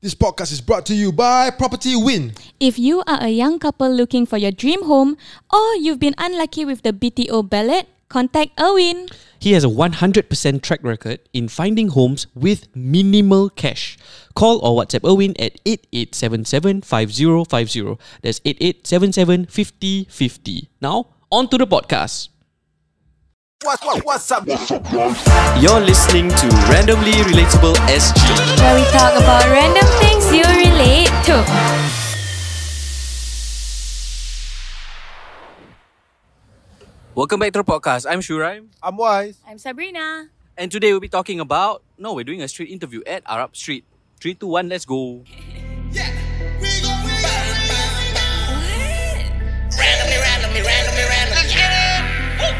This podcast is brought to you by Property Win. If you are a young couple looking for your dream home or you've been unlucky with the BTO ballot, contact Erwin. He has a 100% track record in finding homes with minimal cash. Call or WhatsApp Erwin at 8877-5050. That's 8877-5050. Now, on to the podcast. What, what, what's up? You're listening to Randomly Relatable SG. Where we talk about random things you relate to. Welcome back to the podcast. I'm Shuraim. I'm wise. I'm Sabrina. And today we'll be talking about... No, we're doing a street interview at Arab Street. Three, two, one, let's go. Randomly, randomly, randomly, randomly.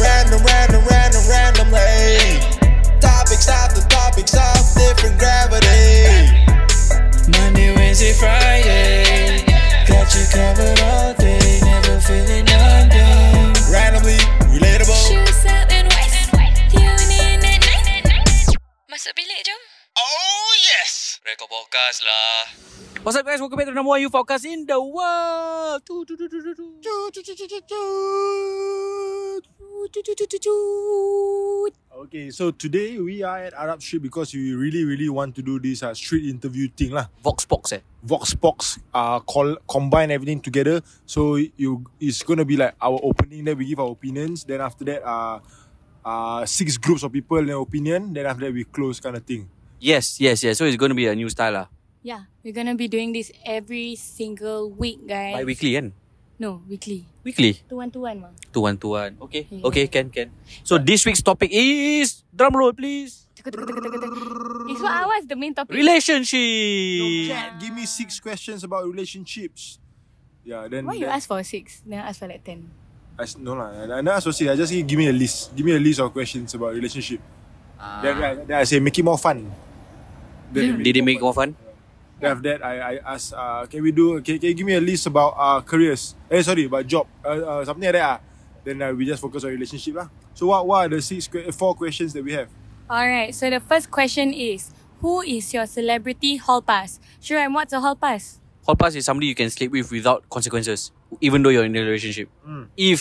Random, random, random, randomly. Topics after topics of different gravity. Monday, Wednesday, Friday. Got you covered all day, never feeling under. Randomly relatable. Shoes up and white. Tune in at night. Masuk bilik jom. Rekod podcast lah. What's up guys? Welcome back to the number one youth podcast in the world. Choo, choo, choo, choo, choo, choo. Okay, so today we are at Arab Street because we really, really want to do this uh, street interview thing lah. Vox Box eh. Voxbox uh call combine everything together. So you it's gonna be like our opening, then we give our opinions, then after that uh uh six groups of people their opinion, then after that we close kind of thing. Yes, yes, yes. So it's going to be a new style lah. Yeah, we're gonna be doing this every single week, guys. Like weekly kan? No, weekly. Weekly? Two one, two one, ma. Tuan tuan. Okay. Yeah. Okay, can can. So this week's topic is drum roll please. It's what was the main topic. Relationship. Give me six questions about relationships. Yeah, then Why you then- ask for six? Then I ask for like ten. I, s- no lah, I, I never associate. I just say, give me a list. Give me a list of questions about relationship. Then, I, then I say make it more fun. Then Did it make more fun? Then after that, I, I ask, uh, can we do, can, can you give me a list about uh, careers? Eh, sorry, about job. Uh, uh, something like that. Uh. Then uh, we just focus on relationship. lah. So what, what are the six, que- four questions that we have? Alright, so the first question is Who is your celebrity hall pass? Sure, and what's a hall pass? Hall pass is somebody you can sleep with without consequences, even though you're in a relationship. If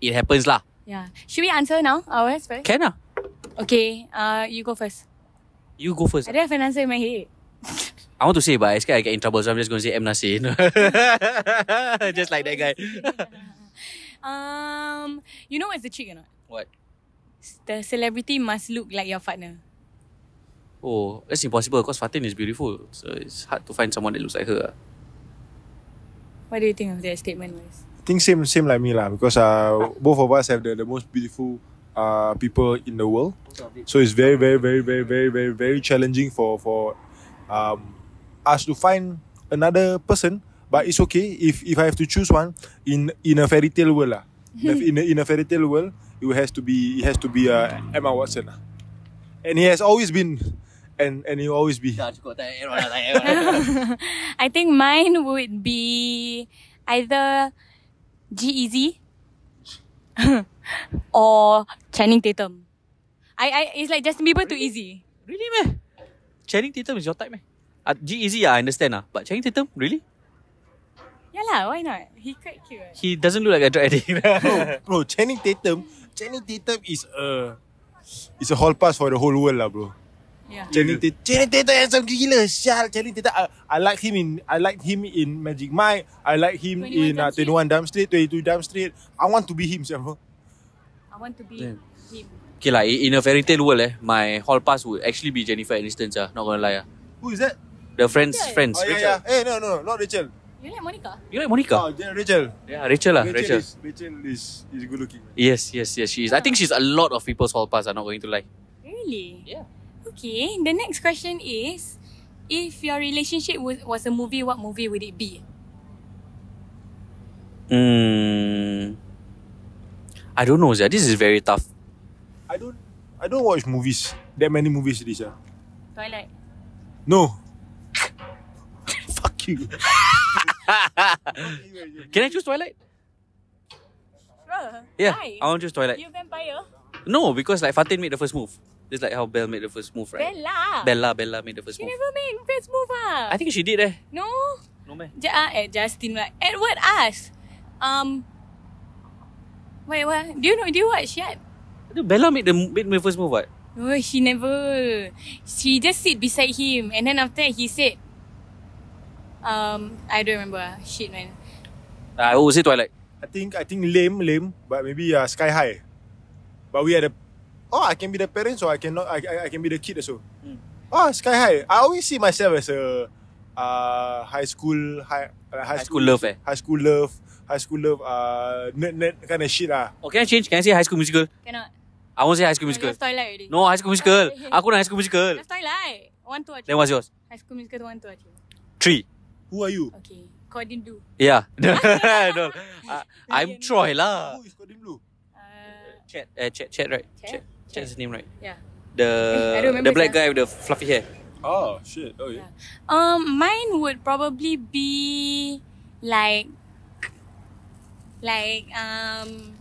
it happens lah, Yeah. Should we answer now? Ours first? can ah. Okay, uh, you go first. You go first. I don't have an answer in my head. I want to say, but I scared I get in trouble, so I'm just going to say M Nasir. just like that guy. Um, you know what's the trick or not? what? The celebrity must look like your partner. Oh, that's impossible because Fatin is beautiful. So it's hard to find someone that looks like her. ah. What do you think of that statement, Wise? I think same, same like me lah. Because uh, both of us have the, the most beautiful uh, people in the world. So it's very, very, very, very, very, very, very challenging for for um, us to find another person. But it's okay if if I have to choose one in in a fairy tale world lah. In a, in a, in a fairy tale world, it has to be it has to be uh, Emma Watson lah. And he has always been, and and he will always be. I think mine would be either G Easy or Channing Tatum. I, I it's like Justin Bieber too easy. really, man? Channing Tatum is your type, man? Uh, G Easy, I understand. ah, But Channing Tatum, really? Yeah lah, why not? He quite cute. right? He doesn't look like a drug addict. Bro, Channing Tatum, Channing Tatum is a is a hall pass for the whole world lah, bro. Yeah. Channing Tatum, Channing Tatum handsome gila, sial. Channing Tatum, I, I like him in I like him in Magic Mike. I like him 21 in uh, Jump Street. 21 Dumb Street, 22 Dumb Street. I want to be him, sial, bro. I want to be Damn. him. okay, like in a fairy tale world, eh, my hall pass would actually be Jennifer Aniston, ah, not gonna lie. ah. Who is that? The friends, Yeah. friends. Oh, yeah, yeah. Hey, no, no, not Rachel. You like Monica? You like Monica? Oh, yeah, Rachel. yeah, Rachel, lah, Rachel. Is, Rachel is, is good looking. man. Yes, yes, yes, she is. I think she's a lot of people's hall pass, I'm not going to lie. Really? Yeah. Okay, the next question is if your relationship was, was a movie, what movie would it be? Mm. I don't know, Zia. This is very tough. I don't I don't watch movies. That many movies this year. Twilight. No. Fuck you. Can I choose Twilight? Sure. Yeah, Why? I want to choose Twilight. You vampire? No, because like Fatin made the first move. Just like how Belle made the first move, right? Bella. Bella, Bella made the first She move. never made first move ah. I think she did eh. no. No man. Ja, ah, eh, Justin lah. Edward asked. Um. Wait, what? Do you know? Do you watch yet? Bella made the made my first move, what? No, she never. She just sit beside him, and then after that he said, "Um, I don't remember. ah. Shit, man. I always say Oh, Twilight. I think I think lame, lame, but maybe uh, sky high. But we are the oh I can be the parents or I cannot I, I, I can be the kid also. Oh sky high. I always see myself as a uh, high school high uh, high, High school love, eh? high school love high school love uh nerd nerd kind of shit ah. Oh, can I change? Can I say High School Musical? Cannot. I won't say High School No, Musical. Left toilet already. No, High School Musical. Okay. Aku nak High School Musical. Left toilet. One two. Then what's yours? High school musical one two. Achieve. Three. Who are you? Okay. Kau didn't do. Yeah. no. Uh, I'm Troy lah. Who is Kodim Blue? Uh, Chat, uh, chat, chat, right? Chat? Chat, chat's his name, right? yeah. I don't The remember the black sia. guy with the fluffy hair. Oh shit. Oh yeah. Um, mine would probably be like, like um,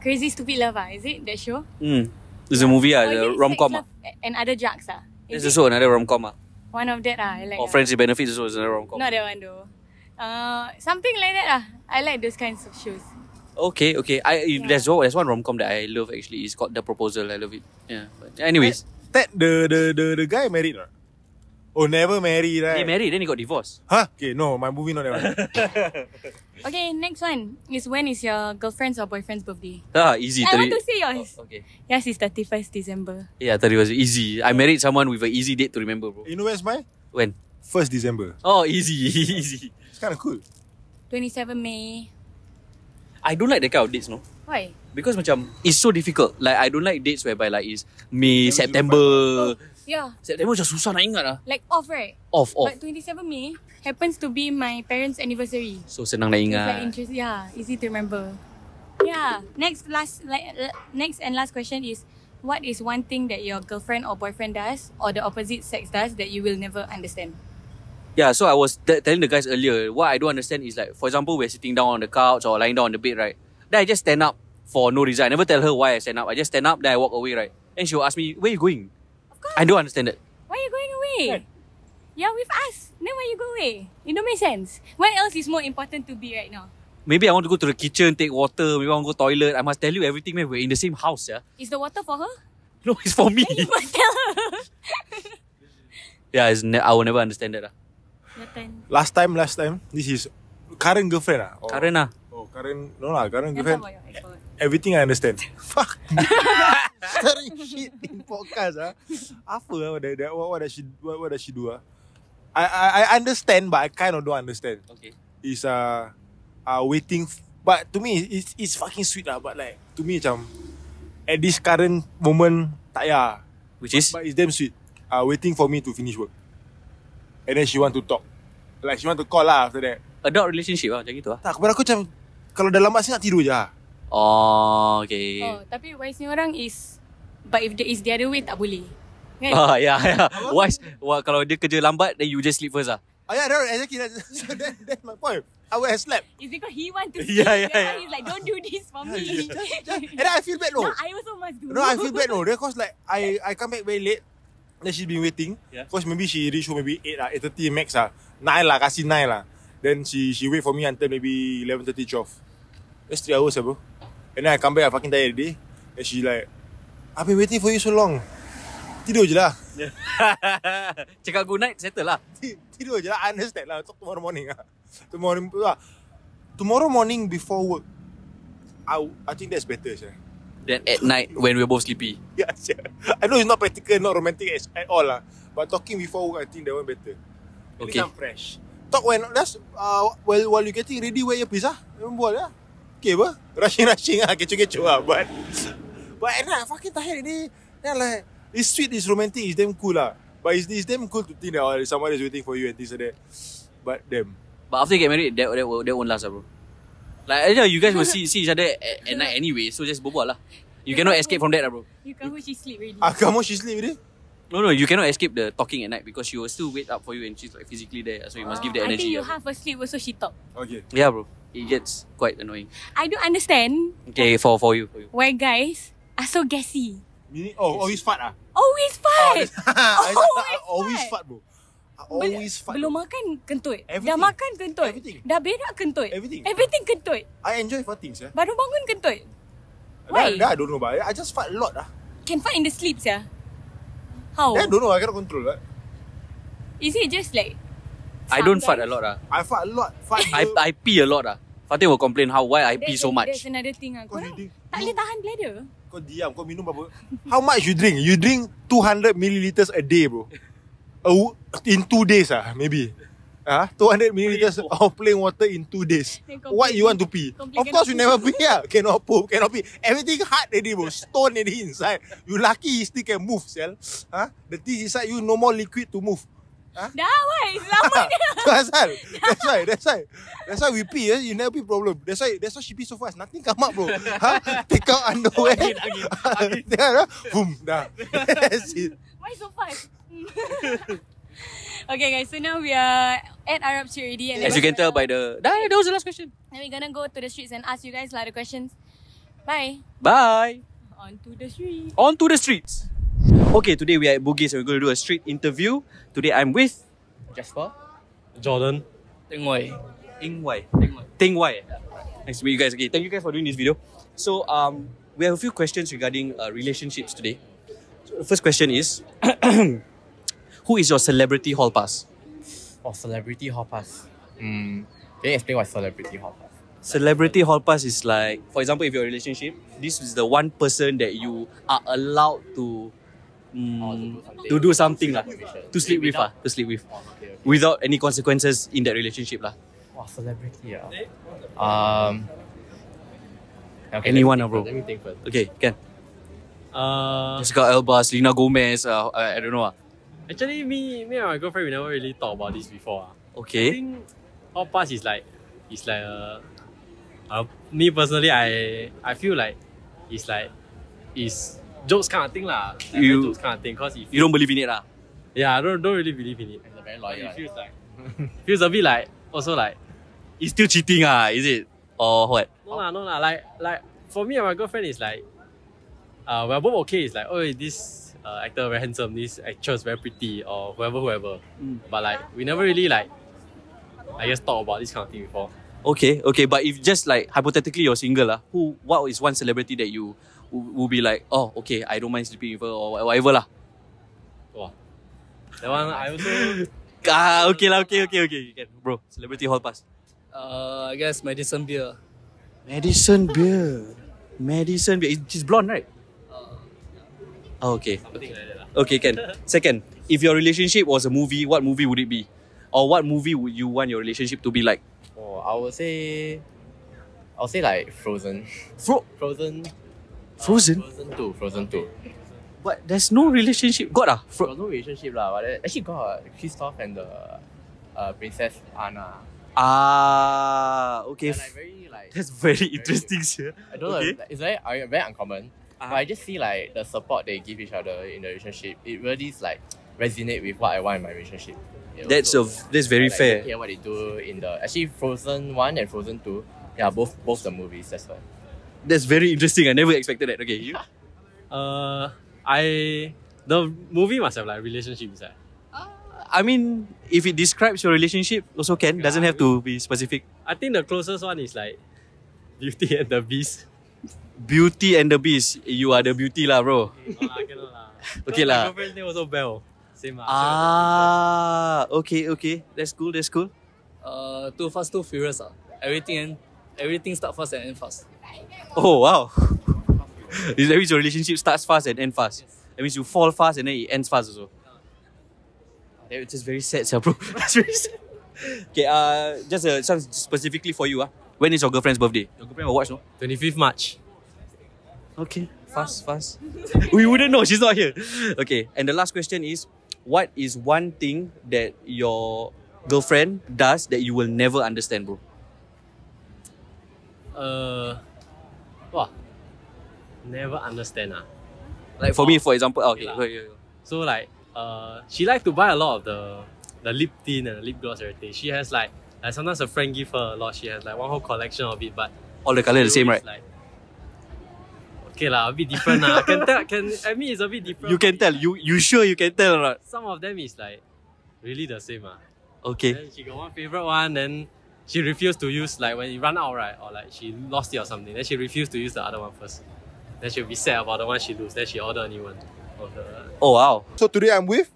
Crazy Stupid Love. Ah, is it that show? Mm. There's a movie, ah, Or is the it rom com. Sex, Love and other drugs. Ah, There's is it also another rom com. Ah. one of that. Ah, I like. Or ah. Friends with Benefits also is another rom com. Not that one though. Uh, something like that. Ah, I like those kinds of shows. Okay, okay. I there's one there's one rom com that I love actually. It's called The Proposal. I love it. Yeah. But anyways, Ted the the the, the guy married or? not? Oh never married right? they married then he got divorced. Huh? Okay no my movie not that one. Okay, next one is when is your girlfriend's or boyfriend's birthday? Ah, easy. I want thirty- to say yours. Oh, okay. Yes, it's thirty first December. Yeah, thirty was easy. I married someone with an easy date to remember, bro. you know where's mine? When? First December. Oh, easy, easy. It's kind of cool. Twenty seven May. I don't like that kind of dates, no. Why? Because macam it's so difficult. Like I don't like dates whereby like it's May, September, September. Yeah, September macam susah nak ingat lah. like off right. Off, off. But 27 May happens to be my parents' anniversary. So senang nak It's like ingat. interest, yeah, easy to remember. Yeah. Next last like uh, next and last question is what is one thing that your girlfriend or boyfriend does or the opposite sex does that you will never understand? Yeah, so I was t- telling the guys earlier, what I don't understand is like, for example, we're sitting down on the couch or lying down on the bed, right? Then I just stand up for no reason. I never tell her why I stand up. I just stand up, then I walk away, right? And she'll ask me, where you going? I don't understand that. Why are you going away? You're with us. Then why you go away? It don't make sense. What else is more important to be right now? Maybe I want to go to the kitchen, take water, maybe I want to go toilet. I must tell you everything, man. We're in the same house, yeah? Is the water for her? No, it's for me. You must tell her. yeah, it's ne- I will never understand that. lah. Your turn. Last time, last time, this is current girlfriend ah. Or- Karen lah. Oh, current no lah, current Don't talk girlfriend. about your ex-boyfriend. Everything I understand. Fuck. Starting shit in podcast ah. Apa ah what, that, what, what does she what, what does she do ah? I, I I understand but I kind of don't understand. Okay. Is uh, uh waiting f- but to me it's it's fucking sweet lah but like to me macam at this current moment tak ya. Which is? But it's damn sweet. Uh, waiting for me to finish work. And then she want to talk. Like she want to call lah after that. Adult relationship lah, macam gitu lah. Tak, kepada aku macam kalau dah lambat sangat tidur je lah. Oh, okay. Oh, tapi wise ni orang is but if there is the other way tak boleh. Kan? Ah, yeah, yeah. Wise, well, kalau dia kerja lambat, then you just sleep first lah. Oh yeah, that, exactly. That, so that, that's my point. I would have slept. It's because "Oh, he want to see. Yeah, yeah, That's why yeah. He's like, don't do this for me. And then I feel bad no, though. I also must do. No, I feel bad though. Then cause like I I come back very late. Then she's been waiting. Yeah. Cause maybe she reach home maybe 8 lah, 8.30 max lah. 9 lah, kasi 9 lah. Then she she wait for me until maybe 11.30, 12. That's 3 hours lah bro. And then I come back, I fucking tired already. And she like, I've been waiting for you so long. Tidur je lah. Cakap good night, settle lah. Ti- Tidur je lah, I understand lah. Talk tomorrow morning lah. Tomorrow, lah. tomorrow morning before work. I, I think that's better, sure. Then at night when we're both sleepy. Yeah, sure. I know it's not practical, not romantic as, at all lah. But talking before work, I think that one better. At least Okay. I'm fresh. Talk when that's uh, while while you getting ready, wear your pizza. Don't buat lah. Okay, apa? Rushing rushing ah, kecoh kecoh ah. But but at night, I fucking tired ni. Then I'm like it's sweet, it's romantic, it's damn cool lah. But it's, it's damn cool to think that oh, someone is waiting for you and things like that. But damn. But after you get married, that, that, will- that won't last lah bro. Like, I know you guys will see, see each other at, at night anyway, so just berbual lah. You cannot escape from that lah bro. You can who she sleep already. Ah, come on, she sleep with it. No, no, you cannot escape the talking at night because she will still wait up for you and she's like physically there. So you must give the Ah, I think energy. you lah, bro. half asleep also she talk. Okay. Yeah bro, it gets quite annoying. I don't understand Okay, for, for you. For you. why guys are so gassy. Meaning, oh, always fart ah. Always fight. I- I Always always fart. fart, bro. I always fart. Belum bro. makan kentut. Dah Everything. makan kentut. Everything. Dah berak kentut. Everything. Everything kentut. I enjoy farting, yeah. Baru bangun kentut. Why? Why? That, that I don't know, but I I just fart a lot ah. Can fight in the sleep ya. How? That I don't know. ah. I cannot control that. Is it just like I don't fart a Sometimes. lot ah. I fart a lot. Fart. I I pee a lot ah. Fatih will complain how why I pee that's so an- much. That's another thing ah. Kau Korang reading. tak boleh tahan bladder. Kau diam. Kau minum berapa? How much you drink? You drink 200 milliliters a day, bro. A w- in two days ah, maybe. Ah, 200 milliliters of plain water in two days. Then kau What pee. you want to pee? Kau pee Of cannot course you pee. never pee ah. Cannot poop, cannot pee. Everything hard already, bro. Stone already inside. You lucky you still can move, sel. Ah, the thing inside you no more liquid to move. ah. Dah why? Lama dia. that's why. That's why. That's why. That's why we pee. Eh? You never pee problem. That's why. That's why she pee so fast. Nothing come up, bro. Huh? Take out underwear. Again, again, again. Boom. Dah. That's it. Why so fast? Hmm. okay guys, so now we are at Arab Street already. And then As you we're can tell gonna- by the that, that was the last question. And we're gonna go to the streets and ask you guys a lot of questions. Bye. Bye. On to the street. On to the streets. Okay, today we are at Bugis and we're going to do a street interview. Today I'm with Jasper, Jordan. Tingwai, Tingwai, Tingwai. Nice to meet you guys again. Thank you guys for doing this video. So um, we have a few questions regarding uh, relationships today. So the first question is, who is your celebrity hall pass? Oh, celebrity hall pass. Hmm. Can you explain what celebrity hall pass? Celebrity hall pass is like, for example, if you're in a relationship, this is the one person that you are allowed to mm, Or Oh, to do something. to do something lah, With. to sleep with ah, to sleep with, Oh, okay, okay. without any consequences in that relationship lah. Wow, celebrity ah. Um. Okay, Anyone let me ah, bro. think first, Let me think first. Okay, can Uh, Jessica Alba, Selena Gomez, uh, I I don't know ah. actually, me, me and my girlfriend, we never really talked about this before. ah. I Okay, think hall pass is like, it's like a, uh, me personally, I I feel like it's like, it's jokes kind of thing lah. Like You- jokes kind of thing. Cause if you don't believe in it lah. yeah, I don't don't really believe in it. It's a very But loyal. it feels like, feels a bit like also like It's still cheating ah, is it? Or what? no lah no lah like like for me and my girlfriend is like, uh, we're both okay. It's like oh this uh, actor very handsome, this actress very pretty, or whoever whoever. Mm. But like we never really like I just talk about this kind of thing before. Okay, okay, but if just like hypothetically you're single ah, who what is one celebrity that you w- will be like, oh okay, I don't mind sleeping with her or whatever lah. Wow. That one I also Ah, okay lah, okay, okay, okay, you can, bro. Celebrity hall pass. Uh, I guess medicine beer. Madison Beer. Madison Beer. She's blonde, right? Oh, okay. something like that. lah. Okay, can. Second, if your relationship was a movie, what movie would it be? Or what movie would you want your relationship to be like? Oh, I would say, I would say like Frozen. Fro- Frozen. Frozen? Frozen two. Frozen two. But there's no relationship. God ah. Fro- Frozen relationship lah, but then, actually got Kristoff and the uh, princess Anna. ah, okay. They're like very like. That's very interesting, sir. I don't Okay. know. It's very uh, very uncommon. Ah. But I just see like the support they give each other in the relationship. It really is, like resonate with what I want in my relationship. It That's a, also- that's very like, fair. Yeah, what they do in the actually Frozen one and Frozen two. Yeah, both both the movies. That's why. That's very interesting. I never expected that. Okay, you. Uh, I the movie must have like relationship inside. I mean, if it describes your relationship, also can. Doesn't have to be specific. I think the closest one is like Beauty and the Beast. Beauty and the Beast. You are the beauty lah, bro. No lah, cannot lah. Okay Cause lah. My girlfriend's name also Belle. Same lah. Ah, okay, okay. That's cool, that's cool. Uh, too fast, too furious. Uh. everything and everything start fast and end fast. Oh, wow. that means your relationship starts fast and ends fast. That means you fall fast and then it ends fast also. That is just very sad, sir, bro. That's very sad. Okay, uh, just uh, some specifically for you. Uh. When is your girlfriend's birthday? Your girlfriend will watch, no? Twenty fifth March. Okay, fast, fast. we wouldn't know. She's not here. Okay, and the last question is, what is one thing that your girlfriend does that you will never understand, bro? Uh, wow. Never understand ah. Like for me, for example, oh, okay, Okay lah. okay, okay. So like, uh, she likes to buy a lot of the the lip tint and the lip gloss everything. She has like, like sometimes a friend give her a lot. She has like one whole collection of it, but all the color the same, right? Like, okay lah, a bit different lah. Can tell, can I mean it's a bit different. You can tell. You you sure you can tell or not? Some of them is like really the same ah. Okay. Then she got one favorite one, then she refused to use like when it run out right, or like she lost it or something. Then she refused to use the other one first. Then she'll be sad about the one she lose. Then she order a new one. Order. Oh wow. So today I'm with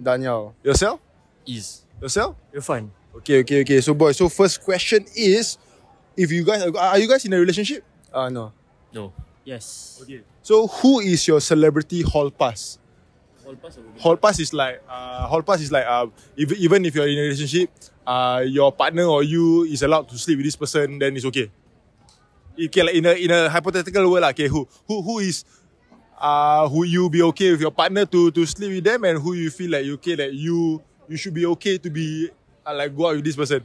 Daniel yourself. is Yourself. you're fine. Okay, okay, okay. So boy, so first question is, if you guys are are you guys in a relationship? Uh no. No. Yes. Okay. So who is your celebrity hall pass? Hall pass is like uh, hall pass is like uh, if, even if you're in a relationship, uh, your partner or you is allowed to sleep with this person, then it's okay. Okay, like in a in a hypothetical world, lah, okay, who who who is uh who you be okay with your partner to to sleep with them and who you feel like you okay that you you should be okay to be uh, like go out with this person.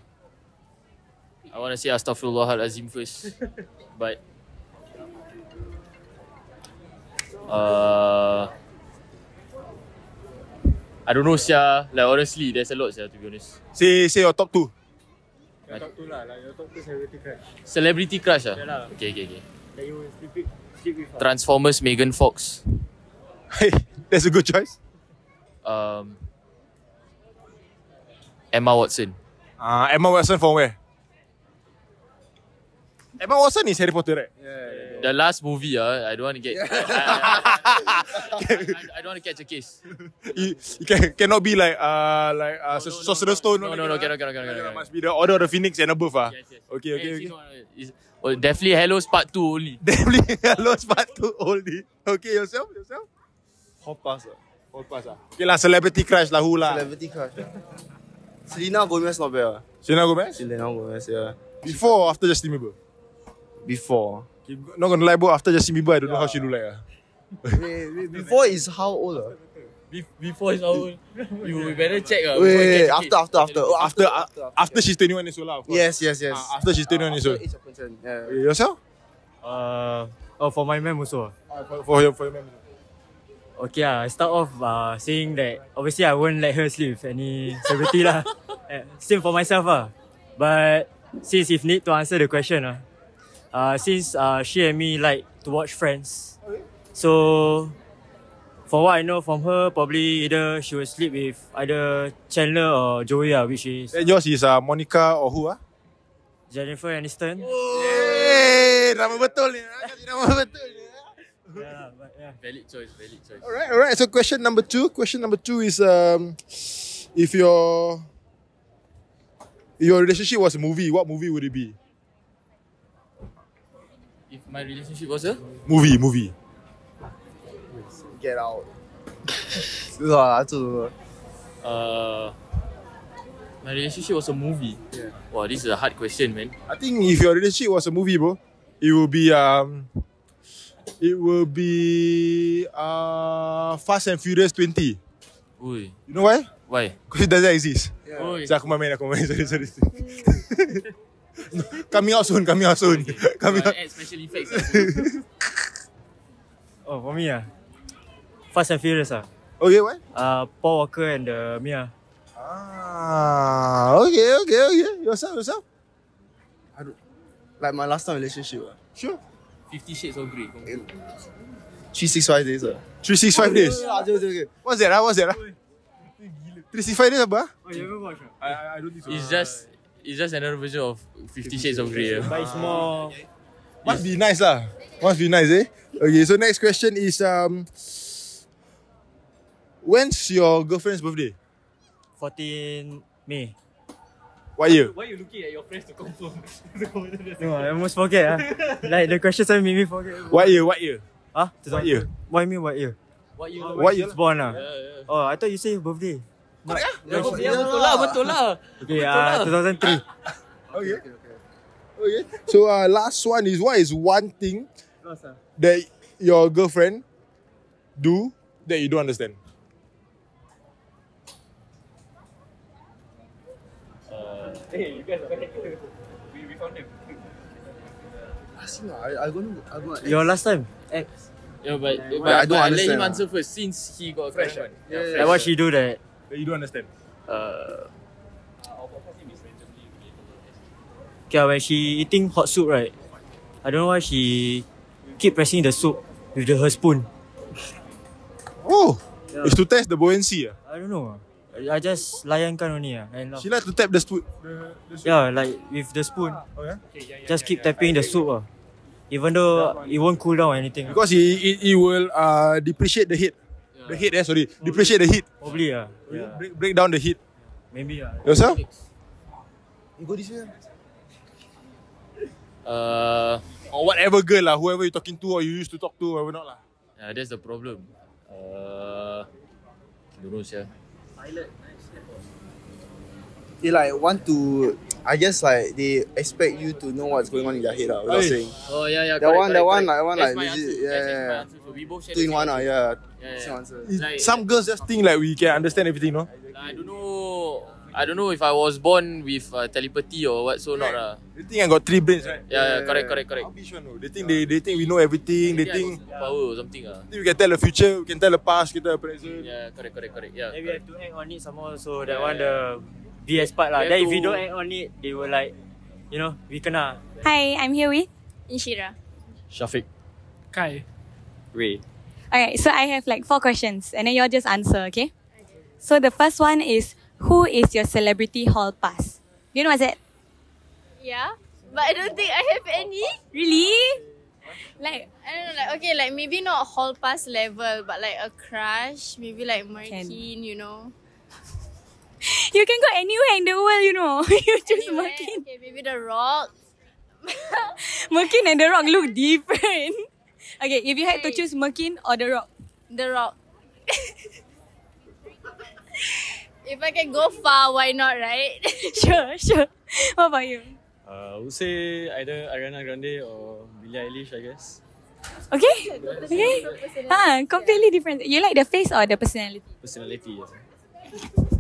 I want to say Astaghfirullahalazim first. but. Uh, I don't know, Sia. Like, honestly, there's a lot, Sia, to be honest. Say say your top two. top two lah, like your top two celebrity crush. Celebrity crush, ah? Yeah lah. Okay, okay, okay. That you will sleep, sleep with Transformers Megan Fox. Hey, that's a good choice. Um, Emma Watson. Uh, Emma Watson from where? Emma Watson is Harry Potter, right? The last movie, ah, I don't want to get. I, I, I- I don't want to catch a case. You, you can, cannot be like uh like uh, No, no, Sorcerer's Stone. no, or no, like no, that, right? cannot, cannot, cannot, cannot. Must be the Order of the Phoenix and above, ah. Yes, yes. Okay, okay, okay. Actually, no, no, it's- oh, definitely Hello's Part 2 only. Definitely lost part two only. Okay, yourself, yourself. Hot pass, ah. Hot pass, ah. Okay lah, celebrity crush lah, who lah? Celebrity crush. Eh, Selena Gomez not bad. ah. Selena Gomez. Selena Gomez, yeah. Before or after Justin Bieber? Before. Okay, Not gonna lie, bro. After Justin Bieber, I don't know how she look like. ah. wait, wait, before is how old? ah? Before it's all, you better check. Uh, Wait, wait, wait, after, after, after. Oh, After ah, after she's 21 years old lah. of course. Yes, yes, yes. Ah, after she's 21 years old. Age of consent. Yeah. Okay, Yourself? Uh, oh, for my mem also. Ah, For, for your for your memory. Okay, uh, I start off uh, saying that obviously I won't let her sleep with any celebrity lah. Eh, Same for myself ah. But since if need to answer the question ah, uh, since uh, she and me like to watch Friends, so for what I know from her, probably either she will sleep with either Chandler or Joey ah, which is Then yours is uh, Monica or who ah? Jennifer Aniston. Yeay, nama betul ni. ah. Kasih Nama betul ni. ah. Yeah, but yeah. Valid choice, valid choice. Alright, alright. So question number two. Question number two is um, if your your relationship was a movie, what movie would it be? If my relationship was a... Movie, movie. Get out. Ah, tu. Uh, my relationship was a movie. Yeah. Wow, this is a hard question, man. I think if your relationship was a movie, bro, it will be um, it will be uh, Fast and Furious 20. Ui, You know why? why? Because it doesn't exist. Ui. Sorry, aku main, aku main. Sorry, sorry. coming out soon, coming out soon. Coming out. Uh, add special effects. ah. Oh, for me ah, Fast and Furious ah. Okay, what? Uh, Paul Walker and the Mia. Ah, okay, okay, okay. Yourself, yourself. Like my last time relationship. ah. Sure. Fifty Shades of Grey. confirm. 365 days. ah. 365 days. Ah, okay, okay, okay. What's that? Ah? What's that? Ah? 365 days apa? ah? Oh, you ever watch? I, I- I don't think so. It's just, it's just another version of Fifty Shades of Grey. ah. But it's more. Must be nice lah. Must be nice eh. Okay, so next question is um, when's your girlfriend's birthday? 14 May. What year? Why are you looking at your friends to confirm? No, I almost forget. ah. like the questions I made me forget. What year? What year? Ah, What year? Why me? What year? What you? What year? It's born ah. yeah. Oh, I thought you say your birthday. Yeah, betul lah, betul lah. Okay, ah, 2003. Okay. Okay. So uh, last one is what is one thing ah. that your girlfriend do that you don't understand? Uh, Asing ah, I, I gonna, I gonna. Your last time. Ex. Yeah, but, but, I I don't but I let understand him ah. answer first since he got a crush on. Like what she do that? That you don't understand. Uh, Okay, ah, when she eating hot soup right? I don't know why she keep pressing the soup with the her spoon. Oh, it's to test the buoyancy. ah? I don't know. ah. I just layankan only ah. And She like to tap the spoon. The, the spoon. Yeah, Uh, like with the spoon. Ah, Oh, yeah? just keep tapping the soup ah. Even though it won't cool down or anything. ah. Because it, it, it will uh, depreciate the heat. The heat, eh, sorry. Depreciate the heat. Probably ah. Break, break down the heat. Maybe ah. Yourself? You go this way. Uh, or whatever girl lah, whoever you're talking to or you used to talk to or whatever not lah. Yeah, that's the problem. Uh, don't know, sia. Pilot. They like want to. I guess like they expect you to know what's going on in their head. Ah, without Hey. saying. Oh, yeah, yeah, That correct, one, that correct, one, correct. like one, That's like my legit. answer, Yeah, that's- that's my yeah, answer. So we both share Two the in same one. Ah, answer. yeah. Yeah, yeah. Same answer. It- Like- Some girls just think like we can understand everything, no? I don't know. I don't know if I was born with uh, telepathy or what, so not. Uh. They think I got three brains, right? Yeah, yeah, correct, correct, correct. They think they, they think we know everything. They Maybe I think got superpower or something. Uh. we can tell the future, we can tell the past, we can tell the present. Yeah, correct, correct, correct. Yeah. Maybe correct. have to act on it some more. So that Yeah, one yeah, the BS part lah. We have Then if you to- don't act on it, they will like, you know, we kena. Hi, I'm here with Inshira. Shafiq. Kai. Ray. Alright, so I have like four questions and then you all just answer, okay? So the first one is Who is your celebrity hall pass? Do you know what's that? Yeah, but I don't think I have any. Really? Like I don't know, like okay, like maybe not hall pass level, but like a crush, maybe like Merkin, you know. You can go anywhere in the world, you know. you choose Anywhere, Merkin. Okay, maybe the Rock. Merkin and The Rock look different. okay, if you had to choose Merkin or The Rock. The Rock. If I can go far, why not, right? sure, sure. What about you? Uh, I would say either Ariana Grande or Billie Eilish, I guess. Okay? Okay? Ah, completely different. You like the face or the personality? Personality.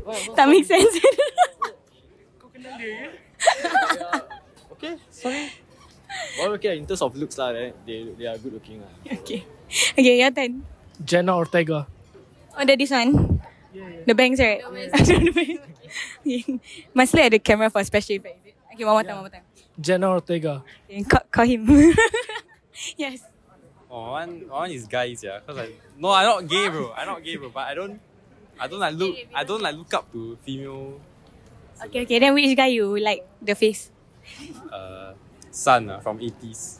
Yes. That makes sense. Okay, sorry. Well, okay, in terms of looks lah, right? They they are good looking lah. okay. Okay, your turn. Jenna Ortega. Oh, that this one? The bangs, right? The bangs. okay. Must look at the camera for special effect. is it? Okay, one more time, one more time. Jenna Ortega. Okay, call, call him. yes. Oh, one, one is guys, yeah. Cause I no, I'm not gay, bro. I'm not gay, bro. But I don't, I don't like look, I don't like look up to female Okay, okay. Then which guy you like the face? uh son uh, from 80s.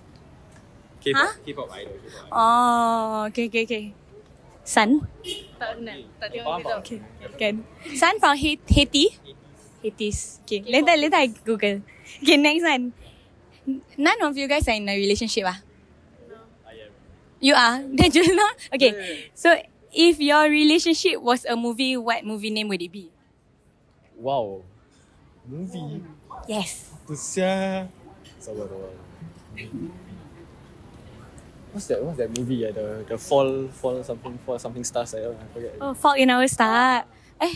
K-pop, Huh? K-pop idol. K-pop. Oh, okay, okay, okay. Sun? tak nak, tak tengok kita. Okay. Can. Sun from Ha- Haiti? Haiti's. Okay, later, later I Google. Okay, next one. N- None of you guys are in a relationship ah? You are? Then just now? Okay. So, if your relationship was a movie, what movie name would it be? Wow. Movie. Yes. Tu sia. Sabar, sabar. What's that? What's that movie? Yeah, the the fall, fall something, fall something stars. I, I forget. Oh, Fault in Our Star. Eh,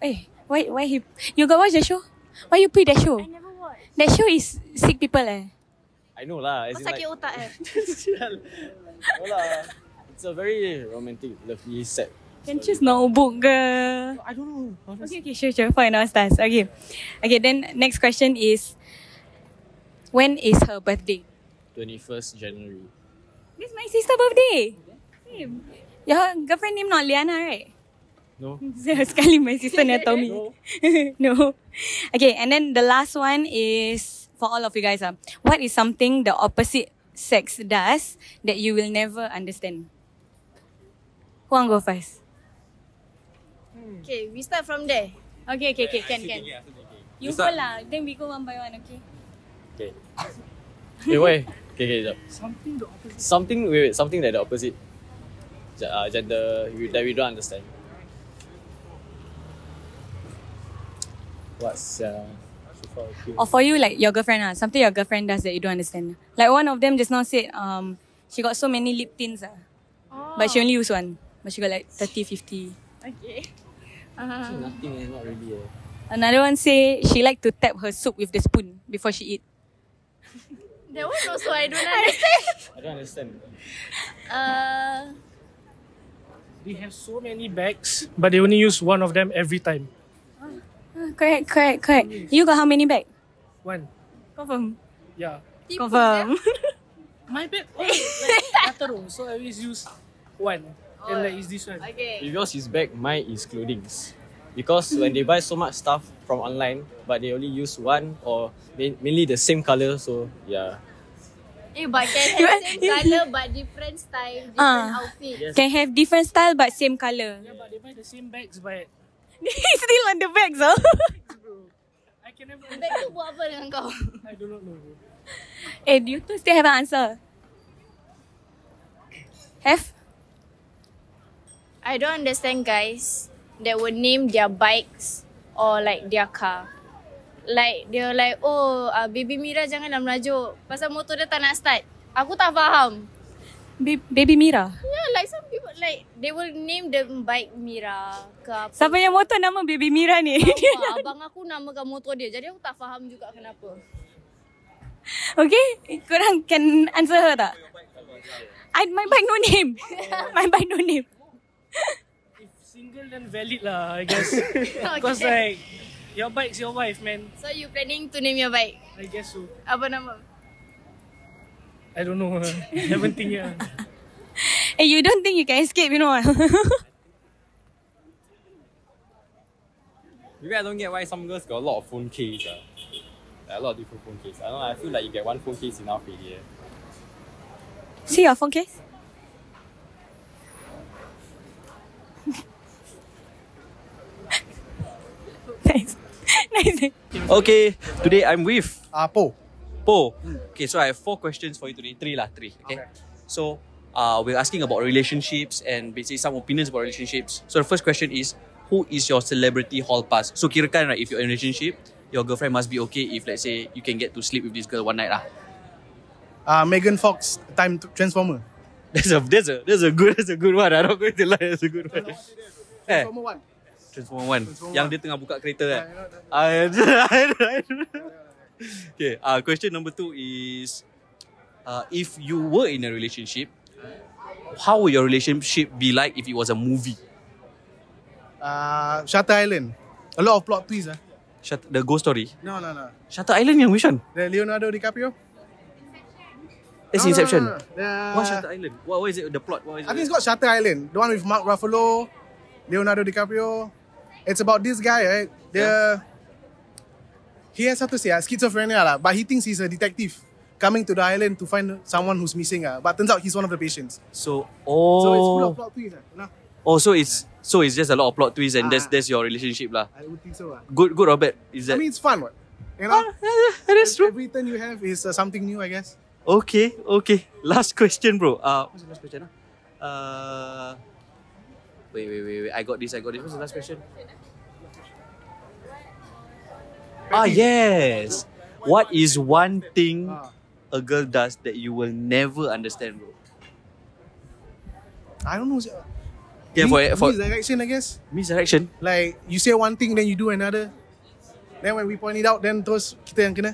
eh, why, why he... You got watch the show? Why you play that show? I never watch. That show is sick people eh. I know lah. Kau as in sakit like, otak eh? no lah. It's a very romantic, lovely set. Can choose notebook ke? I don't know. Okay, okay, sure, sure. Fine, our stars. Okay. Okay, then next question is, when is her birthday? Twenty first January. This is my sister birthday. Same. Your girlfriend name not Liana, right? No. Sekali my sister never told me. no. Okay, and then the last one is for all of you guys. Uh, what is something the opposite sex does that you will never understand? Who want go first? Okay, we start from there. Okay, okay, okay, can, can. You You go start. lah. Then we go one by one, okay? Okay. Hey, wait. Okay, okay, jap. Something the opposite. Something, wait, wait, something that the opposite. ge- Uh, gender we, that we don't understand. What's uh? Or Oh, for you, like your girlfriend, ah, something your girlfriend does that you don't understand. Like one of them just now said, um, she got so many lip tints, ah, but she only use one. But she got like 30, 50. Okay. Uh-huh. Actually, nothing, eh, not really. Eh. Another one say she like to tap her soup with the spoon before she eat. That one also I don't understand. I don't understand. uh, They have so many bags, but they only use one of them every time. Ah, correct, correct, correct. You got how many bag? One. Confirm. Yeah. Confirm. My bag. matter though, so I always use one. and like it's this one. Okay. If yours is bag, mine is clothings. Because when they buy so much stuff from online, but they only use one or main, mainly the same color, so yeah. Eh, but can have same colour but different style, different Ah. outfit. Can have different style but same color. Yeah, but they buy the same bags, but Still on the bags, oh. I can never. Bag tu buat apa dengan kau? I do not know. bro. Eh, do you two still have an answer? Have? I don't understand guys that would name their bikes or like their car. Like they were like, oh uh, baby Mira janganlah merajuk. Pasal motor dia tak nak start. Aku tak faham. Ba- Baby Mira. Yeah, like some people like they will name the bike Mira ke apa. Siapa yang motor nama Baby Mira ni? Oh, Tahu, abang aku namakan motor dia. Jadi aku tak faham juga kenapa. okay, korang can answer her tak? I, my bike no name. my bike no name. Single then valid lah, I guess. Okay. Because like your bike's your wife, man. So you planning to name your bike? I guess so. Apa nama? I don't know. ah. Haven't think yet. ah. Eh, you don't think you can escape, you know? ah? Maybe I don't get why some girls got a lot of phone case. ah. Uh. Like a lot of different phone case. I don't know, I feel like you get one phone case enough already. eh. See your phone case? nice. nice. Okay, today I'm with uh, Po. Po. Okay, so I have four questions for you today. Three lah, three. Okay. So uh, we're asking about relationships and basically some opinions about relationships. So the first question is, who is your celebrity hall pass? So kirakan right, if you're in a relationship, your girlfriend must be okay if let's say you can get to sleep with this girl one night lah. Uh, Megan Fox, Time t- Transformer. That's a that's a that's a good that's a good one. I'm not going to lie, that's a good one. Eh, Transformer one. Transformer One. Yang dia tengah buka kereta kan. I know that. I know, I know. Okay, uh, question number two is uh, if you were in a relationship, how would your relationship be like if it was a movie? Uh, Shutter Island. A lot of plot twists. ah. Shut, the ghost story. No, no, no. Shutter Island yang which one? The Leonardo DiCaprio. It's No, no, Inception. no, no. The- What Shutter Island? What, what is it? The plot? What is Ah, I think it? it's called Shutter Island. The one with Mark Ruffalo, Leonardo DiCaprio. It's about this guy, right? The he has how to say ah, schizophrenia lah, but he thinks he's a detective coming to the island to find someone who's missing ah. But turns out he's one of the patients. So So it's full oh of plot twists. ah, you know? oh so it's so it's just a lot of plot twists and that's that's your relationship lah. I would think so ah. Good good or bad? Is that I mean, it's fun, what? You know, Ah, that is true. Every turn you have is uh, something new, I guess. okay? Okay. Last question, bro. Uh, what's the last question? ah? Uh, wait wait wait wait. I got this. I got this. What's the last question? Ah yes. What is one thing Ah. a girl does that you will never understand, bro? I don't know. Yeah, for for misdirection, I guess. Misdirection. Like you say one thing, then you do another. Then when we point it out, then terus kita yang kena.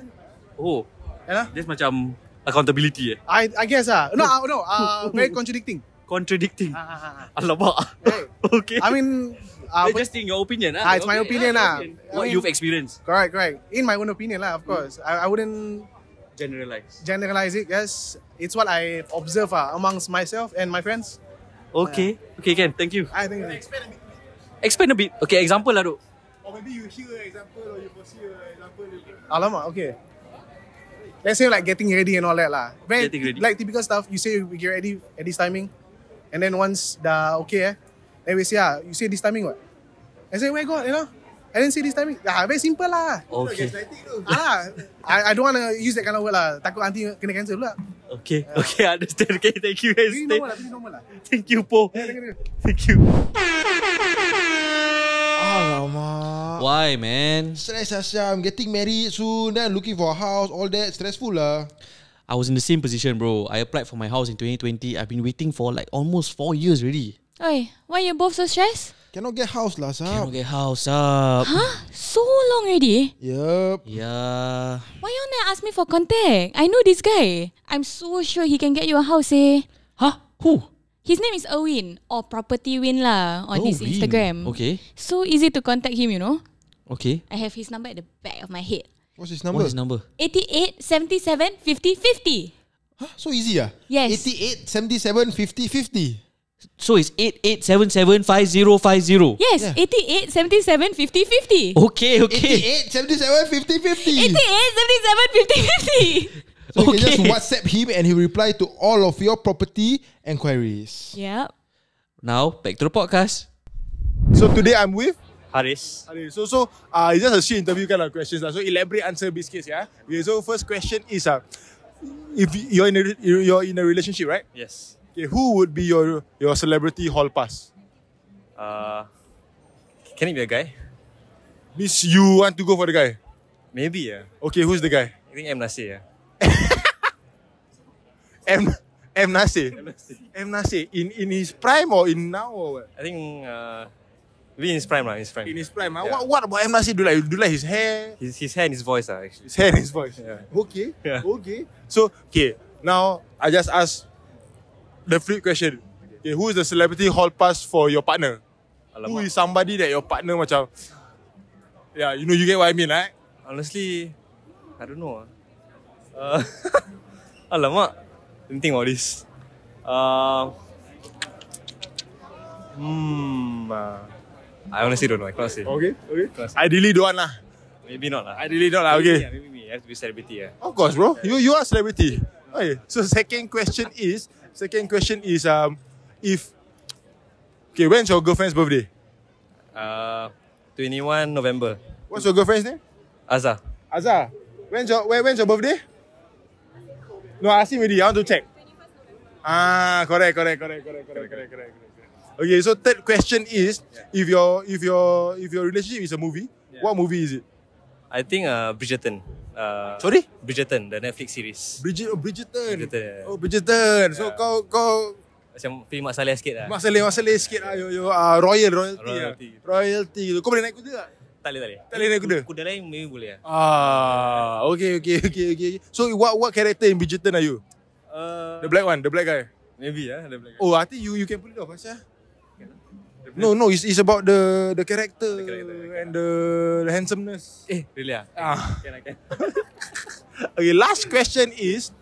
oh. Yeah. That's macam accountability eh. I I guess ah Oh. no ah, no uh, very contradicting. Contradicting. Ah, ah, ah, ah. Alamak. okay. I mean, uh, You're just in your opinion ah. ah, it's my opinion ah. lah. What you've experienced. Correct, correct. In my own opinion lah, of course. I, I wouldn't Generalize. generalize it. Yes, it's what I observe ah amongst myself and my friends. Okay. Okay, can. Thank you. I think. Expand a bit. Okay, example lah, Dok. Or maybe you hear an example or you foresee an example. Alamak, okay. Let's say like getting ready and all that lah. Very, Getting ready. Like typical stuff. You say we get ready at this timing. And then once the okay eh, then we say ah, you say this timing what? I say where God, you know? I didn't say this timing. Ah, very simple lah. Okay. Ah, I, I don't want to use that kind of word lah. Takut nanti kena cancel pula. Okay. Okay, I understand. Okay, thank you guys. Pretty Thank- normal lah, pretty normal lah. Thank you, Po. Thank you. Alamak. Why, man? Stress Asya. I'm getting married soon. Then looking for a house. All that. Stressful lah. I was in the same position, bro. I applied for my house in 2020. I've been waiting for like almost four years already. Oi, why you both so stressed? Cannot get house lah, Sab. Oh. Cannot get house up. Huh? So long already? Yep. Yeah. Why you not ask me for contact? I know this guy. I'm so sure he can get you a house eh. Huh? Who? His name is Owen or Property Win lah on his Win. Instagram. Okay. So easy to contact him, you know. Okay. I have his number at the back of my head. What's his What's his number? 88 77 50 50. Huh? So easy ah? Yes. 88, 77, 50, 50. So it's 88775050. Yes, 88, 77, 50, 50. Okay, okay. 88, 77, 50, 50. 88, 77, 50, 50. So you Okay. can just WhatsApp him and he'll reply to all of your property enquiries. Yep. Now, back to the podcast. So today I'm with Haris. Haris. So so uh, it's just a shit interview kind of questions lah. So elaborate answer biscuits yeah. Okay, so first question is uh, if you're in a you're in a relationship right? Yes. Okay, who would be your your celebrity hall pass? Uh, can it be a guy? Means you want to go for the guy. Maybe yeah. Okay, who's the guy? I think M Nasir yeah. M M Nasir. M Nasir in in his prime or in now or what? I think uh, maybe in his prime lah. In his prime. In his prime. ah. What Yeah. what about M Nasir? Do you like do you like his hair? His, his hair and his voice lah actually. His hair and his voice. Yeah. Okay. Yeah. Okay. So okay. Now I just ask the flip question. Okay, who is the celebrity hall pass for your partner? Who is somebody that your partner macam? Yeah, you know you get what I mean, right? Honestly, I don't know. ah. Uh, alamak. Let me think about this. Uh, hmm. ah. I honestly don't know. I cannot say. Okay. Okay. Ideally, don't want lah. Maybe not lah. Ideally not lah. Maybe Okay. Oh. me ah, Maybe me. I have to be celebrity yeah. Of course, bro. You you are celebrity. Okay. So second question is second question is um if okay when's your girlfriend's birthday? Uh, 21 November. What's your girlfriend's name? Azza. Azhar, when's your when, when's your birthday? No, I asked him already. I want to check. Ah, correct, correct, correct, correct, correct, correct, correct. correct. Okay, so third question is if your if your if your relationship is a movie, what movie is it? I think uh, Bridgerton. Uh, Sorry? Bridgerton, the Netflix series. Bridget, oh, Bridgerton. Bridgerton. yeah. Oh, Bridgerton. So Yeah. kau kau Macam film Mak Saleh sikit lah. Mak Saleh, Mak Saleh sikit lah. Yo, yo, uh, royal, royalty. Royalty. Royalty. royalty. gitu. Kau boleh naik kuda tak? Tak boleh, tak boleh. Tak boleh naik kuda? Kuda lain maybe boleh lah. Ah, okay, okay, okay, okay. So what what character in Bridgerton are you? Uh, The black one, the black guy. Maybe lah, the black Oh, I think you you can pull it off, Asya. No, no, it's, it's about the the character, and the, the handsomeness. Eh, really ah? Ah. Can I can? Okay, last question is,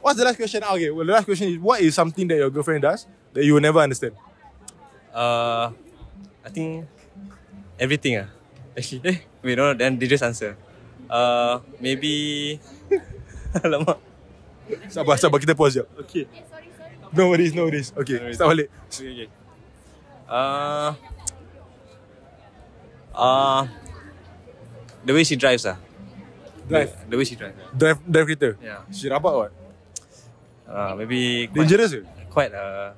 what's the last question? Ah, Okay, well the last question is, what is something that your girlfriend does that you will never understand? Uh, I think everything ah. Actually, eh, wait, no, no, then they just answer. Uh, maybe... Alamak. Sabar, sabar, kita pause jap. Okay. No worries, no worries. Okay, start balik. Okay, okay. Uh, uh, the way she drives ah. Drive. The, the way she drives. Drive, drive kereta. Yeah. She rapat what? Uh, Ya. maybe quite, Dangerous ke? Quite uh,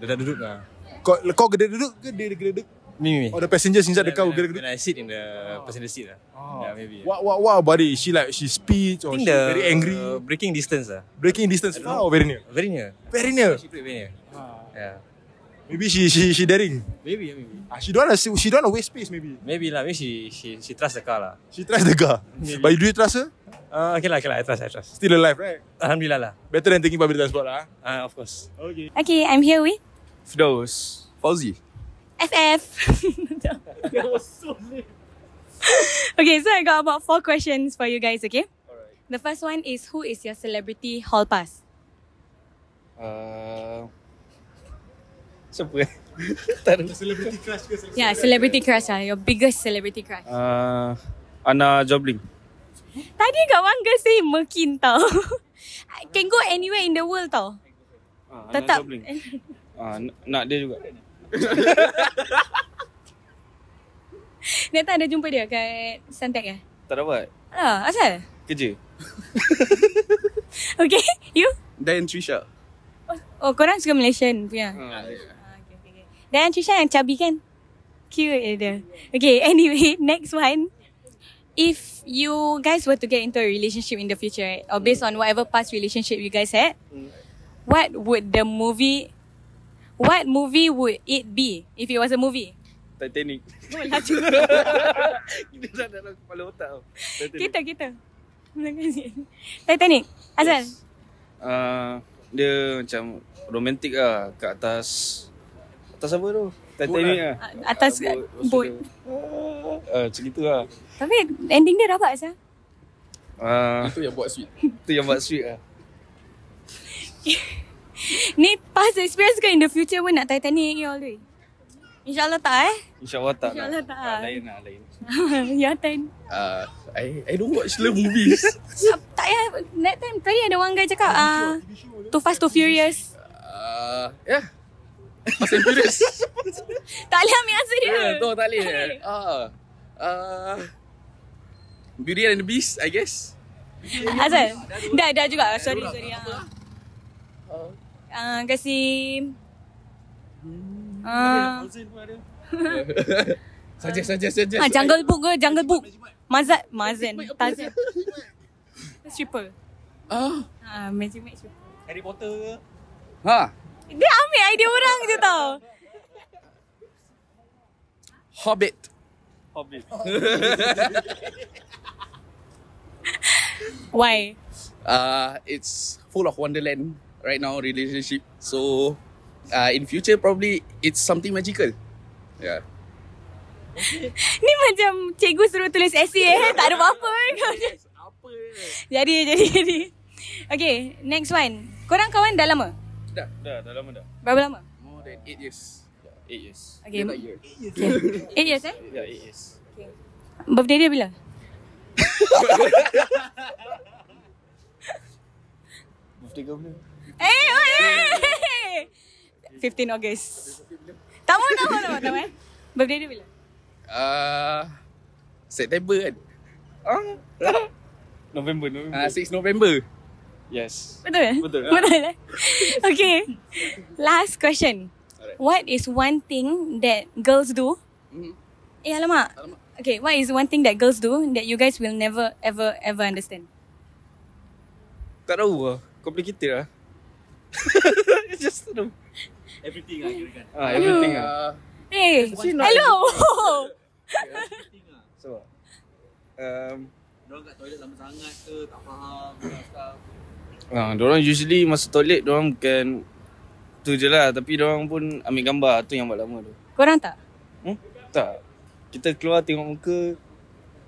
Dia dah duduk lah Kau, kau gede duduk ke dia gede duduk? Me, me. Or the passengers inside the car When I- gede duduk? When I sit in the passenger seat lah oh. Yeah, maybe What, what, what about it? Is she like, she speeds I or think she the very angry? uh, Breaking distance lah Breaking distance far or very near? Very near Very near. She played very near Ah. Yeah Maybe she she she daring. Maybe, maybe. Ah, she don't wanna she, she don't wanna waste space maybe. Maybe lah, maybe she she she trust the car lah. She trust the car. But you do you trust her? Uh, okay lah, okay lah, I trust, I trust. Still alive, right? Alhamdulillah lah. Better than taking public transport lah. Ah, of course. Okay. Okay, I'm here with Fidaus. Fauzi. FF. that was so late. okay, so I got about four questions for you guys, okay? Alright. The first one is who is your celebrity hall pass? Uh, siapa eh? Celebrity crush ke? Yeah, celebrity crush ah, your biggest celebrity crush. Uh, Ana Jobling. Tadi got one girl say Merkin tau. I can go anywhere in the world tau. Ah, Tetap. Ah, nak, nak dia juga. Neta ada jumpa dia kat Suntec eh? Tak dapat. Ah, asal? Kerja. Okay, you? Dan Trisha. Oh, korang suka Malaysian punya. Ah, ya. Dan Trisha yang chubby kan? Cute je dia. Okay, anyway, next one. If you guys were to get into a relationship in the future, right? Or based on whatever past relationship you guys had, what would the movie... What movie would it be if it was a movie? Titanic. No lah juga. Kita dah dalam kepala otak tau. kita, kita. Belakang sikit. Titanic. Asal? Uh, dia macam romantik lah kat atas atas apa tu? Titanic lah. Atas boat. Ah, macam gitu lah. Tapi ending dia rabak asal. Ah, itu yang buat sweet. Itu yang buat sweet lah. Ni past experience ke in the future pun nak Titanic ya all the way? InsyaAllah tak eh? InsyaAllah tak lah. InsyaAllah tak. Ah, Lain lah, lain. ya, time. Uh, I, I don't watch love movies. tak ya, next time tadi ada one guy cakap ah, Too Fast Too Furious. Uh, yeah. Fast and Furious. tak boleh ambil answer dia. Yeah, no, Ya, tak boleh. Ah. Uh, Beauty and the Beast, I guess. Asal? Ah, Dah, dah juga. Sorry, sorry. Ah, Ah, kasi... Hmm. Ah, Suggest, suggest, suggest. ah, Jungle Book ke? Jungle Book. Mazat, Mazen, Tazan. Stripper. Ah. Ah, Magic Match. Harry Potter ke? Ha. Dia ambil idea orang je tau. Hobbit. Hobbit. Why? uh, it's full of wonderland right now relationship so uh, in future probably it's something magical yeah Ni macam cikgu suruh tulis essay eh. Tak ada apa-apa. apa Jadi, jadi, jadi. Okay, next one. Korang kawan dah lama? dah dah dah lama dah Berapa lama? more than 8 years 8 years Okay. Not year. Eight years eh? yeah 8 years Birthday dia bila? birthday kau bila Eh, oi, eh. 15 Ogos. Tahu, tahu, tahu, tahu eh. Birthday dia bila? uh, September kan Oh. ah November November uh, 6 November yes Betul eh? Betul. Betul eh? Okay. Last question. What is one thing that girls do? Mm-hmm. Eh, alamak. Okay, what is one thing that girls do that you guys will never, ever, ever understand? tak tahu lah complicated lah just know Everything lah kira kan. ah, everything Aduh. ah Hey, That's one- hello. so um Diorang kat toilet lama sangat ke tak faham ke stuff. Ah, orang usually masuk toilet orang bukan tu je lah tapi orang pun ambil gambar tu yang buat lama tu. Korang tak? Hmm? Tak. Kita keluar tengok muka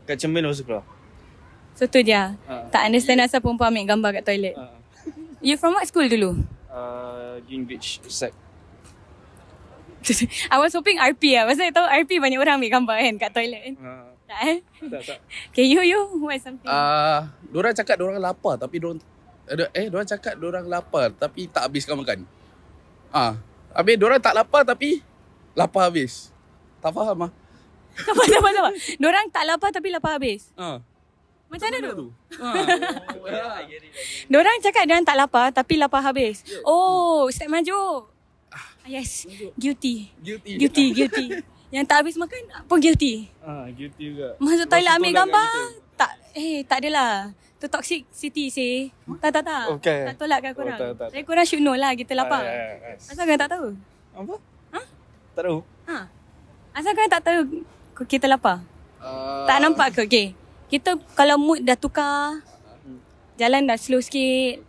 kat cermin lepas tu keluar. So tu je. ah. Ha. Tak understand asal perempuan ambil gambar kat toilet. Ah. You from what school dulu? Uh, Greenwich sec. I was hoping RP lah. Pasal I tahu RP banyak orang ambil gambar kan kat toilet kan. Ah, Tak eh? tak tak. Okay, you, you. What is something? Ah, uh, orang cakap orang lapar tapi orang eh orang cakap orang lapar tapi tak habiskan makan. Ah, habis orang tak lapar tapi lapar habis. Tak faham ah. Sabar, sabar, sabar. Diorang tak lapar tapi lapar habis. Ah. Macam mana tu? Ah. Ha. Diorang cakap diorang tak lapar tapi lapar habis. Ya. Oh, step maju. Ah, yes, guilty. Guilty. Guilty, guilty. Yang tak habis makan pun guilty. Ah, guilty juga. Masuk toilet ambil tolak gambar. Tak, eh, tak adalah. Tu toxic city sih. Tak, tak, tak. Okay. Tak tolakkan Oh, korang. tak, tak, tak. Tapi korang should know lah kita Ah, lapar. yeah, yeah, yes. Asal korang tak tahu? Apa? Tak tahu. Ha? Asal korang tak tahu kita lapar? Uh, Tak nampak ke? Okay. Kita kalau mood dah Ah, tukar, jalan dah slow sikit,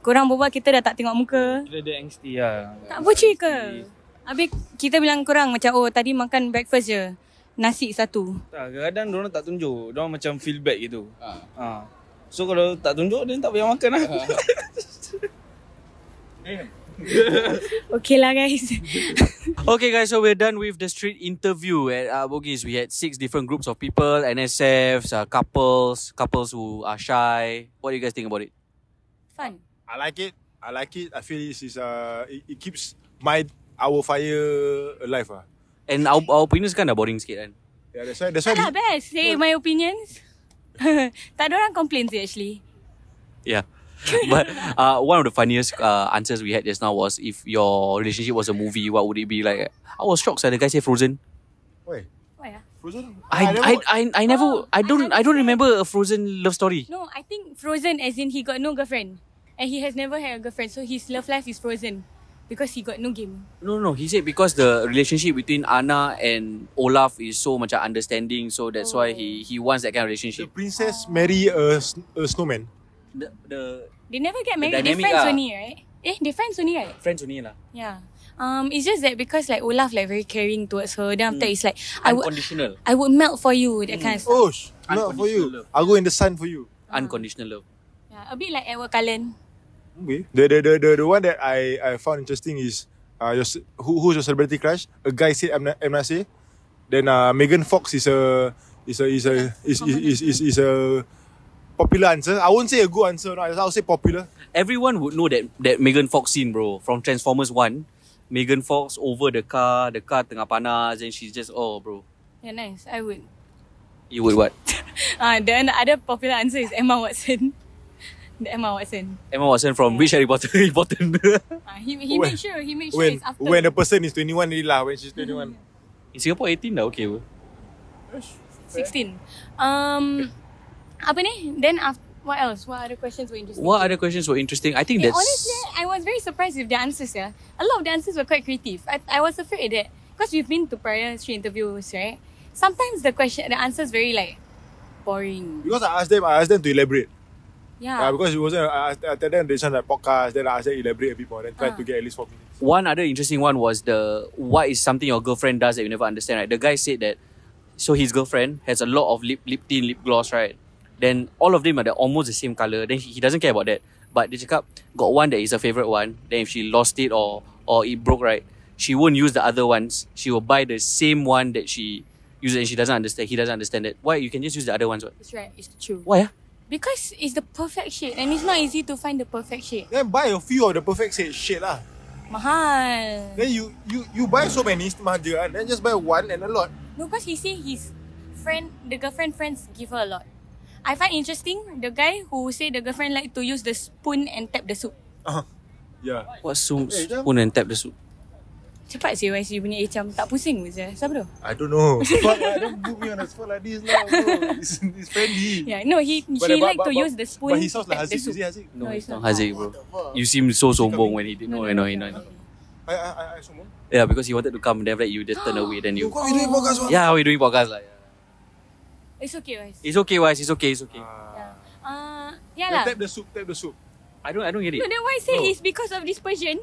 korang berbual kita dah tak tengok muka. Kira dia angsty lah. Tak buci ke? Habis kita bilang korang macam, oh tadi makan breakfast je. Nasi satu. Tak, kadang dia orang tak tunjuk. Dia orang macam feel bad gitu. Ha. ha. So kalau tak tunjuk dia tak payah makan lah. Okay lah guys. Okay, guys, so we're done with the street interview at uh, Bogis. We had six different groups of people NSFs, uh, couples, couples who are shy. What do you guys think about it? Fun. I like it. I like it. I feel this is uh, it, it keeps my our fire alive ah. And our, our opinions kan dah boring sikit kan? Yeah, that's why. That's why. tak lah best. Say my opinions. tak ada orang complain sih actually. Yeah. but uh, one of the funniest uh, answers we had just now was if your relationship was a movie, what would it be like? I was shocked. So the guy said Frozen. Why ah? Frozen? I I, I, I never Ah, I don't I don't remember a Frozen love story. No, I think Frozen as in he got no girlfriend. And he has never had a girlfriend. So his love life is frozen. Because he got no game. No, no, he said because the relationship between Anna and Olaf is so much understanding, so that's why he he wants that kind of relationship. Princess marry a, s- a snowman. The, the They never get The married. They dynamic friends ah. only, right? Eh, they friends only, right? friends only lah. Yeah. Um, it's just that because like Olaf like very caring towards her. Then Hmm. after it's like I would Unconditional. I would melt for you that kind of stuff. Oh, sh- not for you. I'll go in the sun for you. Unconditional love. Yeah, a bit like Edward Cullen. Okay. The, the, the, the, the one that I, I found interesting is uh, your, ce- who, who's your celebrity crush? A guy said M. Na- M. Nasir. Then uh, Megan Fox is a is a is a is, is, is, is, is a popular answer. I won't say a good answer. No, I'll say popular. Everyone would know that that Megan Fox scene, bro, from Transformers One. Megan Fox over the car, the car tengah panas, and she's just oh, bro. Yeah, nice. I would. You would what? Uh, then the other popular answer is Emma Watson. The Emma Watson. Emma Watson from which Harry Potter? Harry Potter. Uh, he he When- made sure. He made sure when it's after. Mm. when the person is 21 already lah, when she's 21. In Singapore 18 dah okay. bro. 16. Um, apa ni? Then after, what else? What other questions were interesting? What other questions were interesting? I think Eh, that's honestly, I was very surprised with the answers. Yeah, a lot of the answers were quite creative. I, I was afraid that because we've been to prior street interviews, right? Sometimes the question, the answers very like boring. Because I asked them, I asked them to elaborate. Yeah. Uh, because it wasn't. I, asked- I tell them they sound like podcast. Then I asked them elaborate a bit more. Then try to get at least four minutes. one other interesting one was the what is something your girlfriend does that you never understand, right? The guy said that so his girlfriend has a lot of lip lip tint, lip gloss, right? Then all of them are the, almost the same color. Then he, he doesn't care about that. But they cakap got one that is a favorite one. Then if she lost it or or it broke, right? She won't use the other ones. She will buy the same one that she uses, and she doesn't understand. He doesn't understand that. Why you can just use the other ones? What? It's right. It's true. Why? ah? Because it's the perfect shade and it's not easy to find the perfect shade. Then buy a few of the perfect shade shade lah. Mahal. Then you you you buy so many mahal dia. kan. Then just buy one and a lot. No, because he say his friend, the girlfriend friends give her a lot. I find interesting the guy who say the girlfriend like to use the spoon and tap the soup. Yeah. What spoon, Eh, jom. spoon and tap the soup? Cepat sih YC punya eh, macam tak pusing je. Siapa tu? I don't know. Fuck, lah, don't put me on the spot like this lah. bro. It's, it's friendly. Yeah, no, he But- she but- like to but- but- use the spoon. But he sounds like and the Haziq. Is soup. he Haziq? No, it's not. Haziq, bro. You seem so sombong when he did. No, no, no, no. no. I I I, I someone. Yeah, because he wanted to come, then after that you just turn away, then you. Kau we doing podcast one. Yeah, we doing podcast lah. yeah. It's okay, guys. It's okay, wise. It's okay. It's okay. Uh, yeah lah. the soup. Tap the soup. I don't. I don't get it. No, then why say No. it's because of this Persian?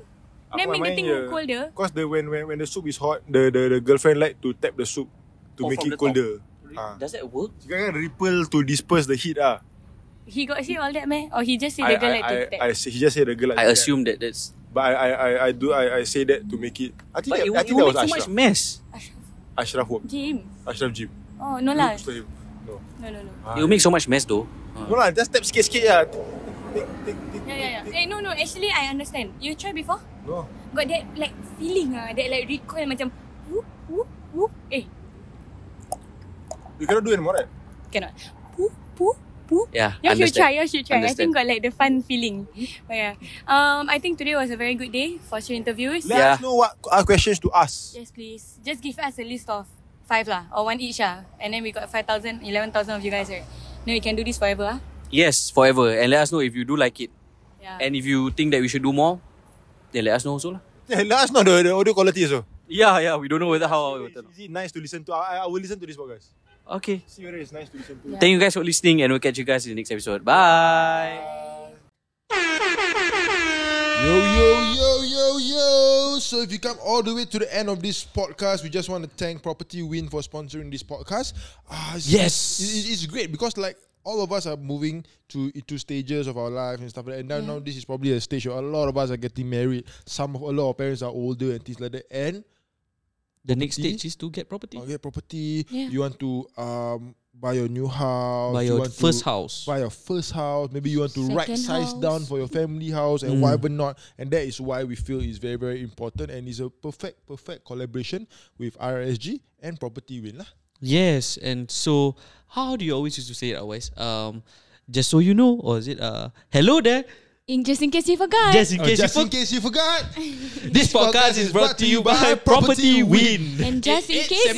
Then Aku make the main thing je. colder. Cause the when when when the soup is hot, the the, the girlfriend like to tap the soup to Oh, make from it the top. colder. Ah. Does that work? She can ripple to disperse the heat ah. He got say all that man, or he just say the I, girl I, like I, to tap. I, say- he just said the girl. Like I assume that that's. But I, I, I, I do I, I say that to make it. I think But that, it, I it, think that will was make so Ashraf. much mess. Ashraf work. Jim. Ashraf Jim. Oh no lah. Looks to him. No. No no no. It will make so much mess though. No lah, just tap sikit-sikit lah. Yeah yeah yeah. Eh no no. Actually I understand. You try before? No. Got that like feeling ah, that like recoil macam whoop whoop whoop. Eh You cannot do anymore, right? cannot. Whoop whoop whoop. Yeah. You should understand. try. You should try. I think got like the fun feeling. But yeah. Um, I think today was a very good day for your interviews. Let us know what are questions to ask. Yes, please. Just give us a list of five lah, or one each lah, and then we got 5,000, 11,000 of you guys, right? Then we can do this forever ah. Yes, forever. And let us know if you do like it. Yeah. And if you think that we should do more, then let us know also lah. Yeah, let us know the, the audio quality also. Yeah, yeah. We don't know whether how. Is it nice to listen to? I, I- I will listen to this podcast. Okay. See whether it's nice to listen to. Thank you guys for listening, and we'll catch you guys in the next episode. Bye. Yo, yo, yo, yo, yo. So, if you come all the way to the end of this podcast, we just want to thank Property Win for sponsoring this podcast. Ah, it's- Yes. it- it- It's great because, like, all of us are moving to into stages of our life and stuff like that. And now, now this is probably a stage where a lot of us are getting married. Some of a lot of parents are older and things like that. And The next stage is to get property. Oh, get property. Yeah. You want to um buy your new house. Buy you your want to first house. Buy your first house. Maybe you want to Second right size house. down for your family house and Mm. whatever not. And that is why we feel it's very very important and it's a perfect perfect collaboration with RSG and Property Win lah. Yes, and so how do you always used to say it always? Um, just so you know, or is it uh, hello there? In just in case you forgot. Just in Oh, case, just you in case you forgot. this podcast is brought to you by Property Win. And just in case.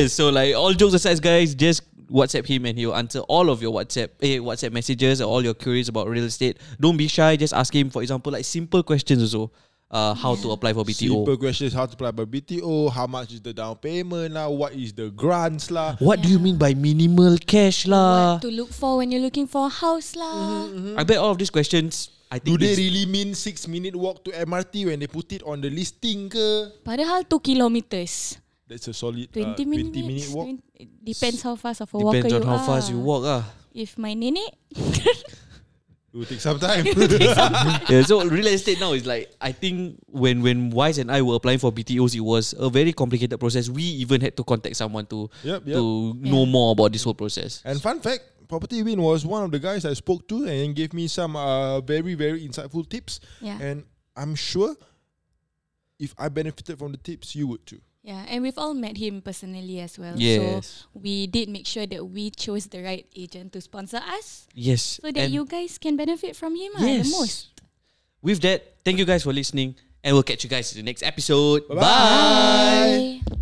88775050. Yes, so like all jokes aside, guys, just WhatsApp him and he'll answer all of your WhatsApp eh, WhatsApp messages or all your queries about real estate. Don't be shy. Just ask him, for example, like simple questions also. Uh, how to apply for BTO. Simple questions: How to apply for BTO? How much is the down payment lah? What is the grants lah? What do you mean by minimal cash lah? To look for when you're looking for a house lah. Mm-hmm, I bet all of these questions. I Do think they it's- really mean six minute walk to MRT when they put it on the listing ke? Padahal 2 kilometers. That's a solid 20 uh, minutes. 20 minute walk. 20 depends how fast of a walker depends you on how are. fast you walk ah. If my nenek It will take some time. It will take some time. yeah, so real estate now is like I think when when Wise and I were applying for BTOs, it was a very complicated process. We even had to contact someone to Yep, yep. to know more about this whole process. And fun fact, Property Win was one of the guys I spoke to and gave me some uh, very, very insightful tips. Yeah. And I'm sure if I benefited from the tips, you would too. Yeah, and we've all met him personally as well. Yes. So we did make sure that we chose the right agent to sponsor us. Yes, So that and- you guys can benefit from him ah, Yes. the most. With that, thank you guys for listening, and we'll catch you guys in the next episode. Bye. Bye.